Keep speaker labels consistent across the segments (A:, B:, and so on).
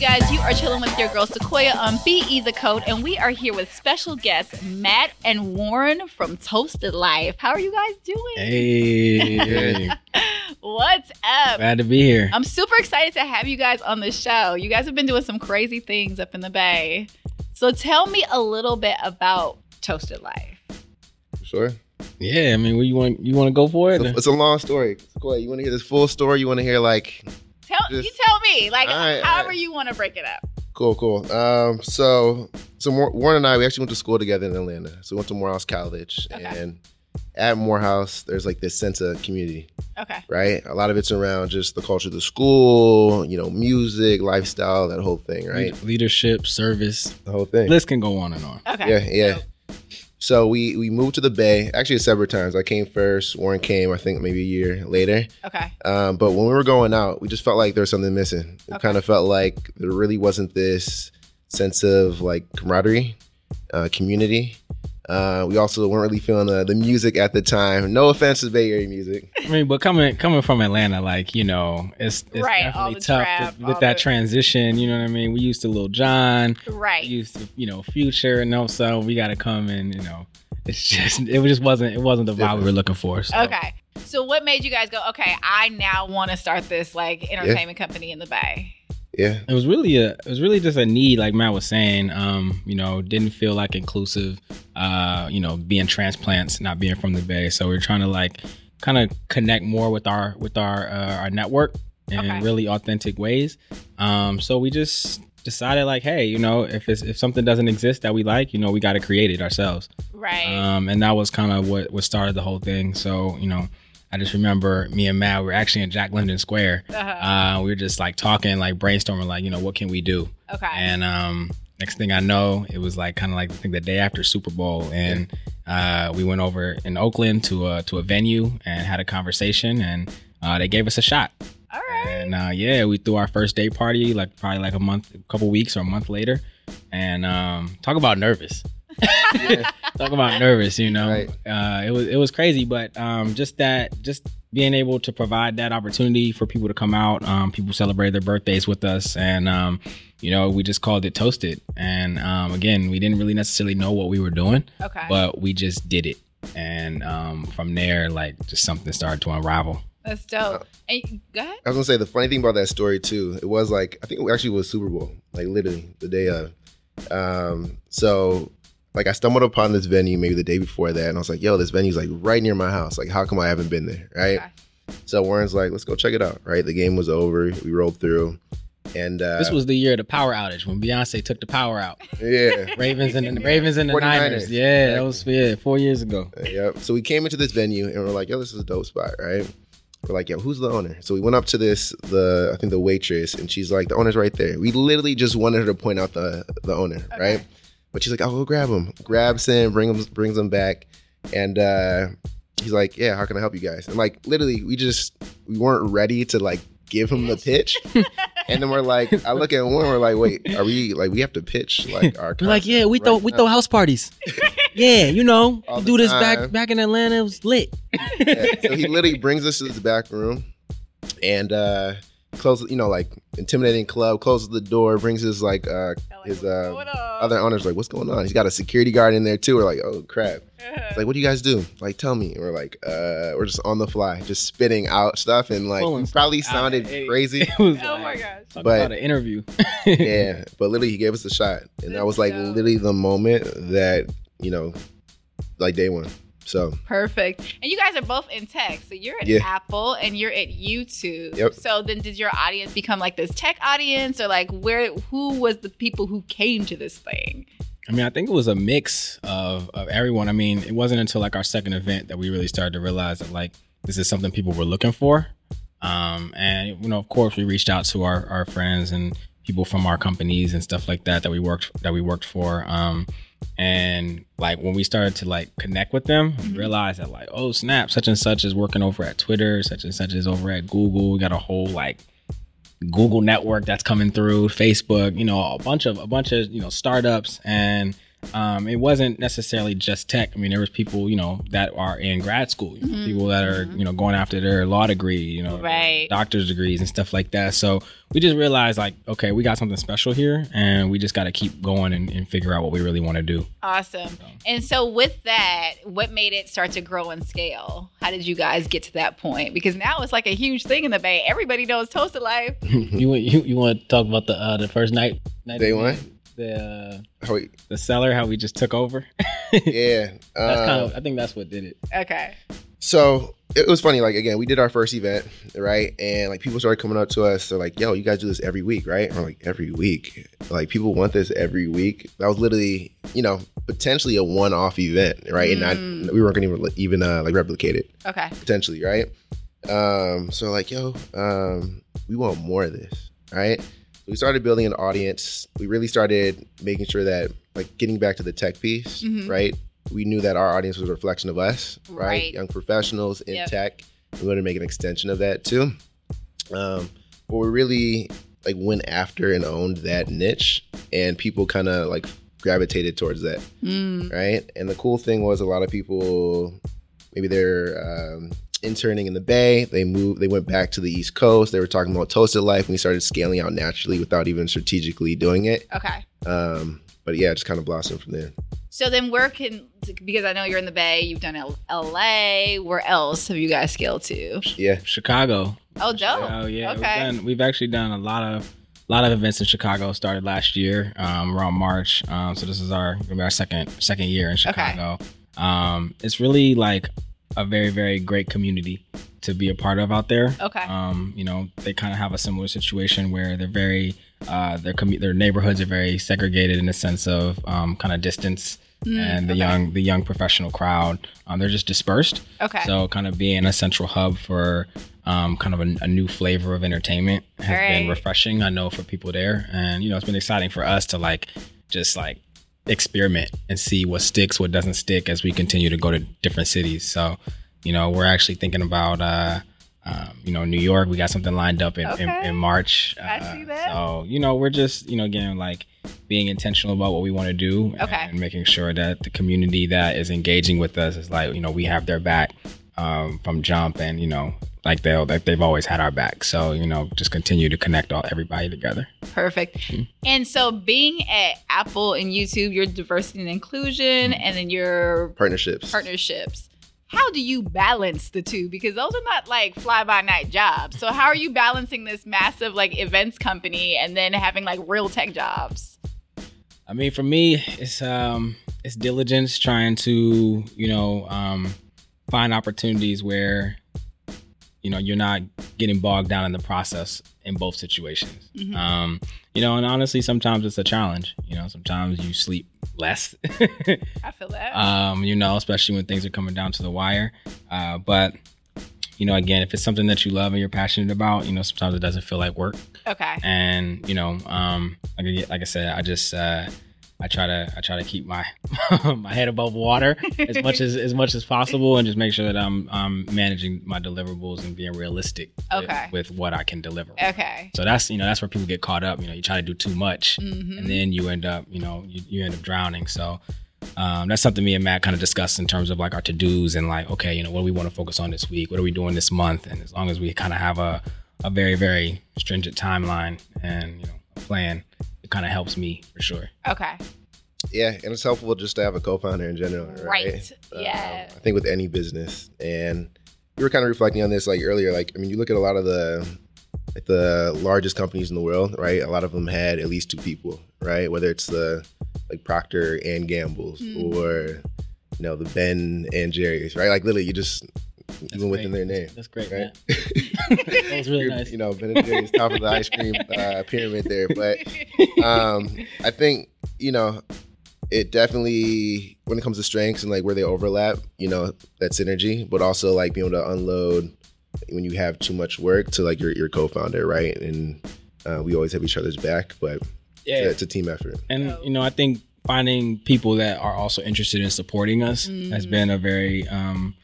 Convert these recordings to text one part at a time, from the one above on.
A: guys. You are chilling with your girl Sequoia on BE The Code, and we are here with special guests Matt and Warren from Toasted Life. How are you guys doing?
B: Hey,
A: What's up?
B: glad to be here.
A: I'm super excited to have you guys on the show. You guys have been doing some crazy things up in the Bay. So tell me a little bit about Toasted Life.
C: Sure.
B: Yeah, I mean, what you want? You want to go for it?
C: It's a, it's a long story. Sequoia, you want to hear this full story? You want to hear like,
A: Tell
C: Just-
A: you tell me, like
C: All right,
A: however
C: all right.
A: you want to break it up.
C: cool, cool. Um, so, so Wa- Warren and I, we actually went to school together in Atlanta. So we went to Morehouse College,
A: Okay.
C: and at Morehouse, there's like this sense of community,
A: Okay.
C: right? A lot of it's around just the culture of the school, you know, music, lifestyle, that whole thing, right?
B: Le- Leadership, service.
C: The whole thing.
B: List can go on and on.
A: Okay.
C: Yeah, yeah. So we we moved to the Bay. Actually, several times. I came first. Warren came. I think maybe a year later.
A: Okay.
C: Um, but when we were going out, we just felt like there was something missing. It
A: Okay.
C: kind of felt like there really wasn't this sense of like camaraderie, uh, community. Uh, we also weren't really feeling the, the music at the time. No offense to Bay Area music.
B: I mean, but coming coming from Atlanta, like you know, it's, it's
A: Right, all
B: definitely
A: the
B: tough
A: trap,
B: with- with
A: all
B: that
A: the-
B: transition. You know what I mean? We used to Lil John, we
A: Right.
B: used to you know Future, and also we got to come and you know, it's just it just wasn't it wasn't the vibe we were looking for. so.
A: Okay. So what made you guys go, okay, I now want to start this like entertainment company in the Bay?
C: Yeah.
B: It was really a it was really just a need, like Matt was saying. Um, you know, didn't feel like inclusive. Uh, you know, being transplants, not being from the Bay, so we are trying to like kind of connect more with our with our uh, our network in
A: Okay.
B: really authentic ways. Um, so we just decided like, hey, you know, if it's if something doesn't exist that we like, you know, we got to create it ourselves.
A: Right.
B: Um, and that was kind of what what started the whole thing. So you know, I just remember me and Matt we were actually in Jack London Square.
A: Uh-huh.
B: Uh, we were just like talking, like brainstorming, like you know, what can we do?
A: okay.
B: And um, next thing I know, it was like kind of like I think the day after Super Bowl, and uh, we went over in Oakland to a to a venue and had a conversation, and uh, they gave us a shot.
A: All right.
B: And uh, yeah, we threw our first date party like probably like a month, a couple weeks or a month later, and um, talk about nervous.
C: Yeah.
B: talk about nervous, you know.
C: Right.
B: Uh, it was it was crazy, but um, just that just being able to provide that opportunity for people to come out, um, people celebrate their birthdays with us, and um, you know, we just called it toasted. And um, again, we didn't really necessarily know what we were doing,
A: Okay.
B: but we just did it. And um, from there, like just something started to unravel.
A: That's
C: uh,
A: dope. And go ahead.
C: I was gonna say the funny thing about that story too. It was like I think it actually was Super Bowl, like literally the day of. Um, so like I stumbled upon this venue maybe the day before that, and I was like, "Yo, this venue's like right near my house. Like, how come I haven't been there?" Right.
A: Okay.
C: So Warren's like, "Let's go check it out." Right. The game was over. We rolled through, and uh,
B: this was the year of the power outage when Beyonce took the power out.
C: yeah.
B: Ravens and the Ravens and the
C: 49ers.
B: Niners. Yeah, that was yeah four years ago.
C: Yep. So we came into this venue and we're like, yo, this is a dope spot, right? We're like, yo, who's the owner? So we went up to this, the I think the waitress, and she's like, the owner's right there. We literally just wanted her to point out the the owner, right? But she's like, I'll go grab him. Grabs him, bring him, brings him back, and uh, he's like, yeah, how can I help you guys? And like, literally, we just we weren't ready to like give him the pitch. and then we're like, I look at one, we're like, wait, are we like we have to pitch like our?
B: We're like, yeah, we
C: concept
B: throw
C: right
B: we
C: now?"
B: throw house parties. yeah, you know,
C: All
B: we
C: the
B: do this
C: time.
B: back back in Atlanta. It was lit.
C: Yeah, so he literally brings us to this back room and uh closes you know like intimidating club closes the door brings his like uh
A: Kinda like,
C: his
A: what's
C: uh,
A: going on?
C: other owners like what's going on he's got a security guard in there too we're like oh crap
A: Uh-huh.
C: He's like what do you guys do like tell me and we're like uh we're just on the fly just spitting out stuff and like
B: Pulling
C: probably
B: stuff out.
C: sounded
B: Hey.
C: crazy
B: It was
A: oh my
B: like-
A: gosh.
B: Talk
C: But-
B: about an interview.
C: yeah but literally he gave us a shot and that
A: That's
C: was like
A: dope.
C: literally the moment that you know like day one so
A: Perfect. And you guys are both in tech. So you're at
C: Yeah.
A: Apple and you're at YouTube.
C: Yep.
A: So then did your audience become like this tech audience or like where who was the people who came to this thing?
B: I mean, I think it was a mix of of everyone. I mean, it wasn't until like our second event that we really started to realize that like this is something people were looking for. Um, and you know, of course, we reached out to our our friends and people from our companies and stuff like that that we worked that we worked for. Um, and like when we started to like connect with them, we
A: Mhm.
B: realized that like, oh snap, such and such is working over at Twitter, such and such is over at Google. We got a whole like Google network that's coming through, Facebook, you know, a bunch of a bunch of you know startups, and um, it wasn't necessarily just tech. I mean, there was people, you know, that are in grad school, you know,
A: Mhm,
B: people that are,
A: mhm.
B: you know, going after their law degree, you know,
A: Right.
B: doctor's degrees and stuff like that. So we just realized, like, okay, we got something special here, and we just got to keep going and, and figure out what we really want to do.
A: Awesome. And so with that, what made it start to grow and scale? How did you guys get to that point? Because now it's like a huge thing in the Bay. Everybody knows Toasted Life.
D: You want you, you want to talk about the uh, the uh, first night? night
C: Day
D: of-
C: one?
B: The
C: How we-
B: the seller, how we just took over.
C: yeah.
B: That's kind
C: uh,
B: of, I think that's what did it.
A: Okay.
C: So it was funny. Like again, we did our first event, right? And like people started coming up to us. They're like, "Yo, you guys do this every week, right?" I'm like, "Every week? Like people want this every week?" That was literally, you know, potentially a one-off event, right? And
A: Mm.
C: not, we weren't going to even uh, like replicate it
A: Okay.
C: potentially, right? Um, so like, yo, um, we want more of this, right? So we started building an audience. We really started making sure that, like, getting back to the tech piece,
A: Mhm.
C: right? We knew that our audience was a reflection of us, right?
A: Right.
C: Young professionals in
A: Yep.
C: tech. We wanted to make an extension of that too. Um, but we really like went after and owned that niche, and people kind of like gravitated towards that
A: Mm.
C: right? And the cool thing was a lot of people, maybe they're um, interning in the Bay. They moved. They went back to the East Coast. They were talking about toasted life, and we started scaling out naturally without even strategically doing it.
A: Okay.
C: Um, but yeah, it just kind of blossomed from there.
A: So then where can, because I know you're in the Bay, you've done L- LA. Where else have you guys scaled to?
C: Yeah,
B: Chicago.
A: Oh, dope.
B: Oh yeah.
A: okay.
B: We've, done, we've actually done a lot of lot of events in Chicago. Started last year, um, around March. Um, so this is our gonna be our second second year in Chicago. Um, it's really like a very very great community to be a part of out there.
A: Okay.
B: Um, you know, they kind of have a similar situation where they're very uh, their commu- their neighborhoods are very segregated in the sense of um, kind of distance
A: Mm,
B: and the
A: okay.
B: young the young professional crowd. Um, they're just dispersed.
A: Okay.
B: So kind of being a central hub for um, kind of a, a new flavor of entertainment has
A: Right.
B: been refreshing. I know for people there, and you know it's been exciting for us to like just like experiment and see what sticks, what doesn't stick as we continue to go to different cities. So you know we're actually thinking about. Uh, um, you know, New York, we got something lined up in, in,
A: Okay.
B: in March.
A: I
B: Uh,
A: see that.
B: So, you know, we're just, you know, again, like being intentional about what we want to do
A: Okay.
B: and making sure that the community that is engaging with us is like, you know, we have their back um, from jump and, you know, like they'll like they've always had our back. So, you know, just continue to connect all everybody together.
A: Perfect.
B: Hmm.
A: And so being at Apple and YouTube, your diversity and inclusion,
B: Hmm.
A: and then your
C: partnerships.
A: partnerships. How do you balance the two? Because those are not like fly by night jobs. So how are you balancing this massive like events company and then having like real tech jobs?
B: I mean, for me, it's um, it's diligence trying to you know um, find opportunities where you know you're not getting bogged down in the process in both situations.
A: Mhm.
B: Um, you know, and honestly, sometimes it's a challenge. You know, sometimes you sleep less.
A: I feel that.
C: Uh,
B: um, you know, especially when things are coming down to the wire. Uh, but you know, again, if it's something that you love and you're passionate about, you know, sometimes it doesn't feel like work
A: okay.
B: and you know um like I, like I said i just uh i try to i try to keep my my head above water as much as as much as possible and just make sure that i'm i'm managing my deliverables and being realistic with-
A: Okay.
B: with, what i can deliver
A: Okay.
B: so that's you know that's where people get caught up you know you try to do too much
A: Mhm.
B: and then you end up you know you, you end up drowning so um, that's something me and Matt kind of discussed in terms of like our to dos and like okay you know what do we want to focus on this week what are we doing this month and as long as we kind of have a, a very very stringent timeline and you know a plan it kind of helps me for sure
A: Okay.
C: Yeah, and it's helpful just to have a co-founder in general, right?
A: Right.
C: Um,
A: Yeah.
C: I think with any business, and we were kind of reflecting on this like earlier. Like, I mean, you look at a lot of the like the largest companies in the world, right? A lot of them had at least two people, right? Whether it's the like Procter and Gamble's
A: Mhm.
C: or you know the Ben and Jerry's, right? Like literally, you just even within their name.
D: That's great.
C: Right.
D: man. That was really
C: You're-
D: nice.
C: You know, Ben and Jerry's top of the ice cream uh, pyramid there, but um, I think you know it definitely when it comes to strengths and like where they overlap, you know that synergy, but also like being able to unload when you have too much work to like your your co-founder, right? And uh, we always have each other's back, but
B: yeah
C: it's a team effort.
B: And
A: So-
B: you know, I think finding people that are also interested in supporting us has
A: Mm.
B: been a very um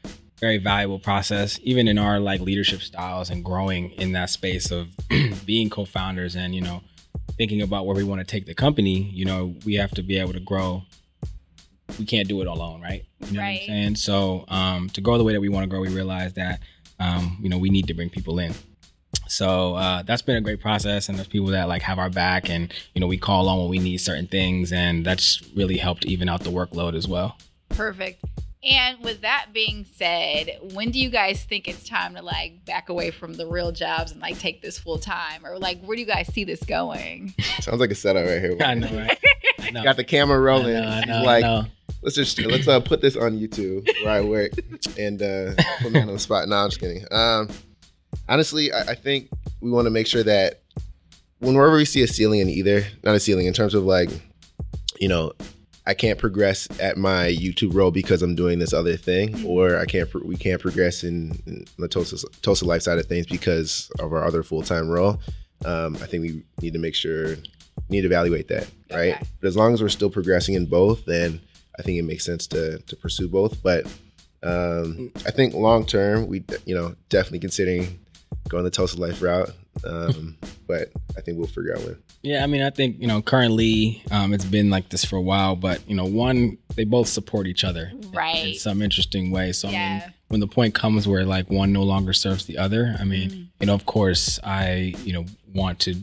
B: very valuable process even in our like leadership styles and growing in that space of being co-founders and you know thinking about where we want to take the company you know we have to be able to grow we can't do it alone, right? You know
A: Right.
B: what I'm saying? So um, to grow the way that we want to grow, we realize that um, you know we need to bring people in. So uh, that's been a great process, and there's people that like have our back, and you know we call on when we need certain things, and that's really helped even out the workload as well.
A: Perfect. And with that being said, when do you guys think it's time to like back away from the real jobs and like take this full time? Or like, where do you guys see this going?
C: Sounds like a setup right here.
B: I know, right? I know.
C: Got the camera rolling.
D: I know, I
C: She's
D: know, I
C: like,
D: know.
C: let's just let's uh, put this on YouTube where I work and uh, put me on the spot. No, I'm just kidding. Um, honestly, I, I think we want to make sure that whenever we see a ceiling in either, not a ceiling in terms of like, you know, I can't progress at my YouTube role because I'm doing this other thing, or I can't pro- we can't progress in, in the Tulsa Tulsa life side of things because of our other full time role. Um, I think we need to make sure need to evaluate that, right?
A: Okay.
C: But as long as we're still progressing in both, then I think it makes sense to to pursue both. But um, I think long term, we you know definitely considering going the Tulsa life route. Um, but I think we'll figure out when.
B: Yeah, I mean, I think you know currently um, it's been like this for a while, but you know, one they both support each other in- in,
A: Right.
B: some interesting way. So I
A: Yeah.
B: mean, when the point comes where like one no longer serves the other, I
A: Mm-hmm.
B: mean, you know, of course, I you know want to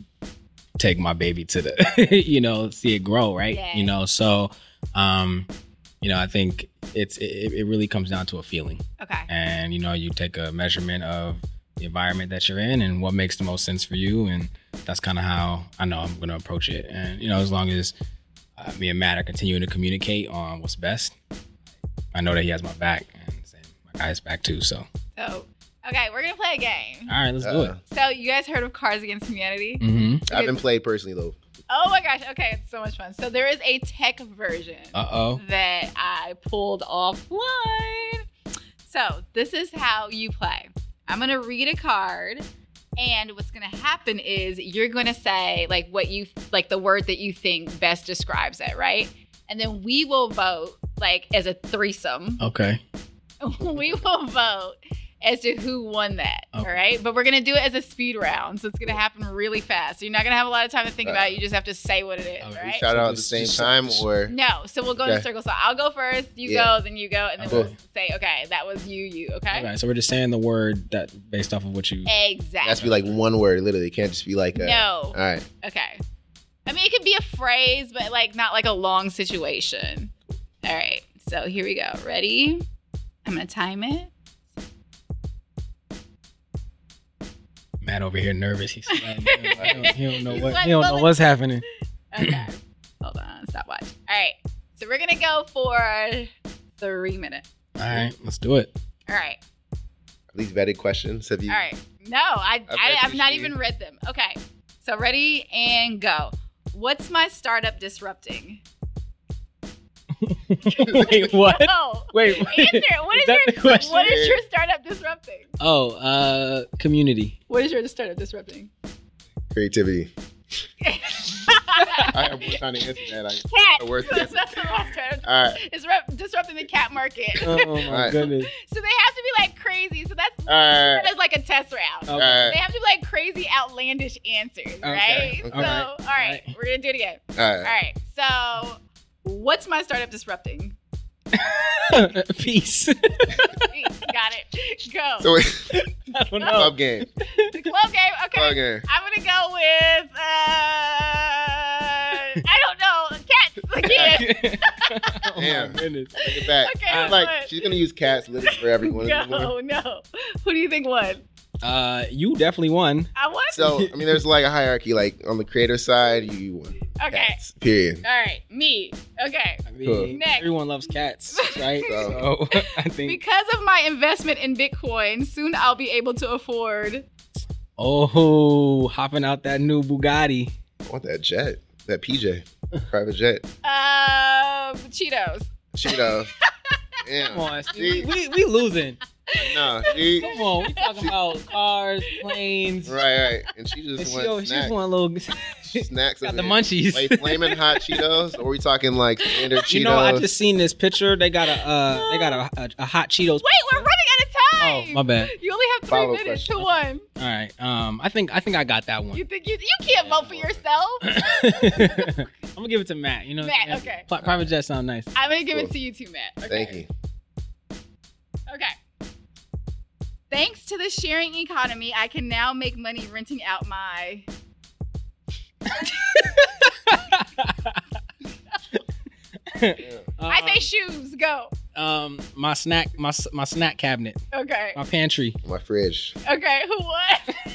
B: take my baby to the you know see it grow, right?
A: Yeah.
B: You know, so um, you know, I think it's it, it really comes down to a feeling
A: Okay.
B: and you know you take a measurement of the environment that you're in and what makes the most sense for you and that's kind of how i know i'm going to approach it and you know as long as uh, me and matt are continuing to communicate on what's best i know that he has my back and same, my guy's back too so all
A: So, okay, we're going to play a game.
B: right let's do it
C: Uh-uh.
A: So, you guys heard of Cards Against Humanity?
B: mm-hmm.
C: I haven't played personally though.
A: Oh my gosh. Okay. It's so much fun. So, there is a tech version
B: uh-oh
A: that I pulled offline. So, this is how you play I'm going to read a card. And what's going to happen is you're going to say, like, what you, like, the word that you think best describes it, right? And then we will vote, like, as a threesome.
B: okay
A: we will vote as to who won that.
B: Okay.
A: All right. But we're going to do it as a speed round. So it's going to happen really fast. So you're not going to have a lot of time to think
C: Right.
A: about it. You just have to say what it is.
B: Okay.
A: Right.
C: Shout out at the
B: Just-
C: same
B: just-
C: time or
A: No. So we'll go in a
C: Okay.
A: circle. So I'll go first. You
C: Yeah.
A: go. Then you go. And then
C: Cool.
A: we'll say, okay, that was you, you. Okay.
B: all right so we're just saying the word that based off of what you
C: it has to
A: Exactly.
C: be like one word. Literally, it can't just be like a,
A: No.
C: All right,
A: Okay. I mean, it could be a phrase, but like not like a long situation. All right. So here we go. Ready? I'm going to time it.
B: matt over here nervous he's sweating. he, don't, he don't know
A: He's
B: what
A: sweating
B: he don't know
A: bullets.
B: what's happening
A: Okay. Hold on. Stop watch. All right. So we're going to go for three minutes.
B: all right let's do it
A: All right.
C: at least vetted questions. Have you?
A: All right. No, I,
C: I
A: I, I've not
C: appreciate-
A: even read them. Okay. So ready and go. What's my startup disrupting?
D: Wait, what?
A: Oh,
D: Wait,
A: answer. it. What is,
D: Is that
A: your,
D: the question?
A: what is your startup disrupting?
D: Oh, uh, community.
A: What is your startup disrupting?
C: Creativity.
A: cat.
C: I am trying to answer that. I, the worst
A: That's
C: answer.
A: that's the last startup.
C: all right,
A: Disrupt, disrupting the cat market. So
D: Oh
C: right.
D: my goodness.
A: they have to be like crazy. So that's
C: all right,
A: that is like a test round.
C: all
D: Okay.
A: They
C: right,
A: have to be like crazy, outlandish answers, right?
C: okay.
A: So, all right. we're gonna do it again.
C: all
A: All
C: right.
A: right. So, what's my startup disrupting?
D: Peace.
A: Got it. Go.
C: So
D: I don't
A: Oh.
D: know.
C: club game,
A: the club game. Okay.
C: club game.
A: I'm gonna go with. Uh, I don't know. Cats again.
D: Oh
C: Damn.
D: my goodness.
C: Take it back.
A: Okay,
C: I'm like
A: what?
C: she's gonna use cats literally for everyone.
A: no, no. Who do you think won?
B: uh you definitely won
A: I won.
C: So I mean, there's like a hierarchy. Like on the creator side, you, you won.
A: okay.
C: Cats, period.
A: All right. Me. Okay.
B: I mean,
C: Cool.
A: Next.
B: everyone loves cats, right?
C: So-
B: so I think.
A: Because of my investment in Bitcoin, soon I'll be able to afford.
B: Oh, hopping out that new Bugatti.
C: I want that jet, that PJ, private jet.
A: Um, Cheetos.
C: Cheeto. Damn.
B: Come on, Steve. we, we we losing.
C: No, she,
B: Come on, we talking about cars, planes.
C: right, right. And she
B: And
C: just
B: she, oh,
C: wants
B: she
C: snacks.
B: just want a little.
C: She snacks.
B: got
C: in
B: the
C: it.
B: munchies.
C: Like flaming hot Cheetos, or we talking like standard Cheetos?
B: You know, I just seen this picture. They got a uh, they got a, a, a hot Cheetos.
A: Wait, we're running out of time.
B: Oh, my bad.
A: You only have three
C: Follow-up
A: minutes
C: question.
A: to one.
B: All right. Um, I think I think I got that one.
A: You think you, you can't vote for yourself?
B: I'm gonna give it to Matt. You know,
A: Matt, okay.
B: Pri- Private jet sound nice.
A: I'm gonna give it
C: Cool.
A: to you too, Matt. Okay.
C: Thank you.
A: Okay. Thanks to the sharing economy, I can now make money renting out my. I
B: Uh,
A: say shoes. Go.
B: um, my snack, my s- my snack cabinet,
A: Okay.
B: my pantry.
C: My fridge,
A: Okay. Who won?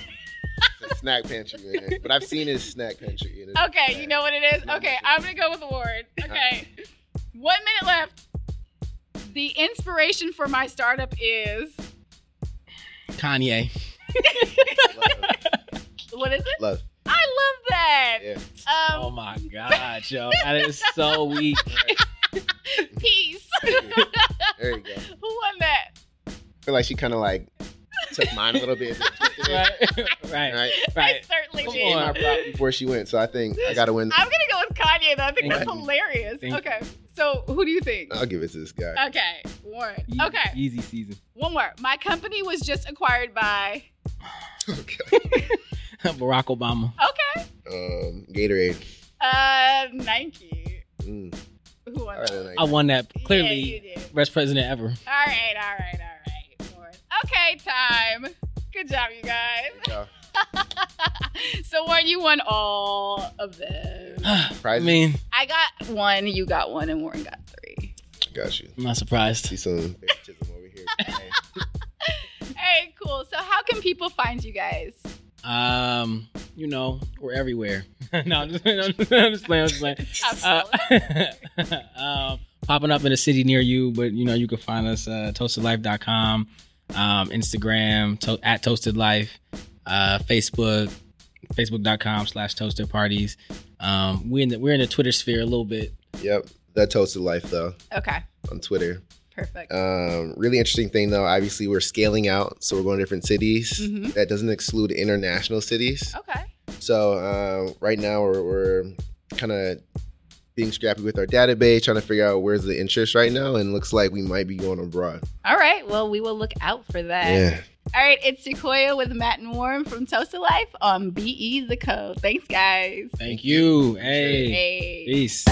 C: It's a snack pantry, man. But I've seen his snack pantry. and it's
A: Okay. You know what it is.
C: Yeah,
A: Okay.
C: that's it.
A: I'm gonna go with Ward. Okay. One minute left. The inspiration for my startup is
B: Kanye.
C: Love,
A: what is it?
C: love.
A: I love that.
C: Yeah.
B: Oh
A: Um,
B: my god, yo, that is so weak. Oh.
A: peace.
C: There you go.
A: Who won that?
C: I feel like she kind of like took mine a little bit.
B: right,
C: All
B: right,
A: I
C: right.
B: right.
A: certainly
B: Come
A: did.
B: on.
C: My prop before she went, so I think I gotta win.
A: I'm gonna go with Kanye though. I think
B: Thank
A: that's
B: you.
A: hilarious.
B: Thank you.
A: okay. So who do you think?
C: I'll give it to this guy.
A: Okay, Warren.
B: Ye-
A: Okay,
B: Yeezy season.
A: one more. My company was just acquired by.
C: Okay.
B: Barack Obama.
A: Okay.
C: Um, Gatorade.
A: Uh, Nike.
C: Mm.
A: Who won?
C: All right,
A: that?
C: like,
B: I won that
A: Yeah,
B: clearly.
A: you did.
B: Best president ever.
A: All right. All right. All right. Warren. Okay. Time. Good job, you guys.
C: yeah.
A: so Warren, you won all of them.
B: I mean,
A: I got one. You got one, and Warren got three.
C: Got you.
B: I'm not surprised.
C: See some favoritism over here. Hey,
A: Hey, cool. So how can people find you guys?
B: Um, you know, we're everywhere. no, I'm just, I'm just, I'm just playing. I'm just playing. Uh,
A: Absolutely.
B: um, popping up in a city near you, but you know you can find us uh, toastedlife.com, um, Instagram to- at toastedlife, uh, Facebook, facebook.com slash toasted parties. Um, we're in the we're in the Twitter sphere a little bit.
C: Yep. That toasted life though
A: okay.
C: on Twitter.
A: Perfect.
C: Um, really interesting thing though. Obviously, we're scaling out, so we're going to different cities.
A: Mhm.
C: That doesn't exclude international cities.
A: okay.
C: So um, right now we're, we're kind of being scrappy with our database, trying to figure out where's the interest right now, and looks like we might be going abroad.
A: All right. Well, we will look out for that.
C: Yeah.
A: All right. It's Sequoia with Matt and Warren from Toasted Life on BE The Code. Thanks, guys.
B: Thank you. Hey,
A: Hey.
B: peace.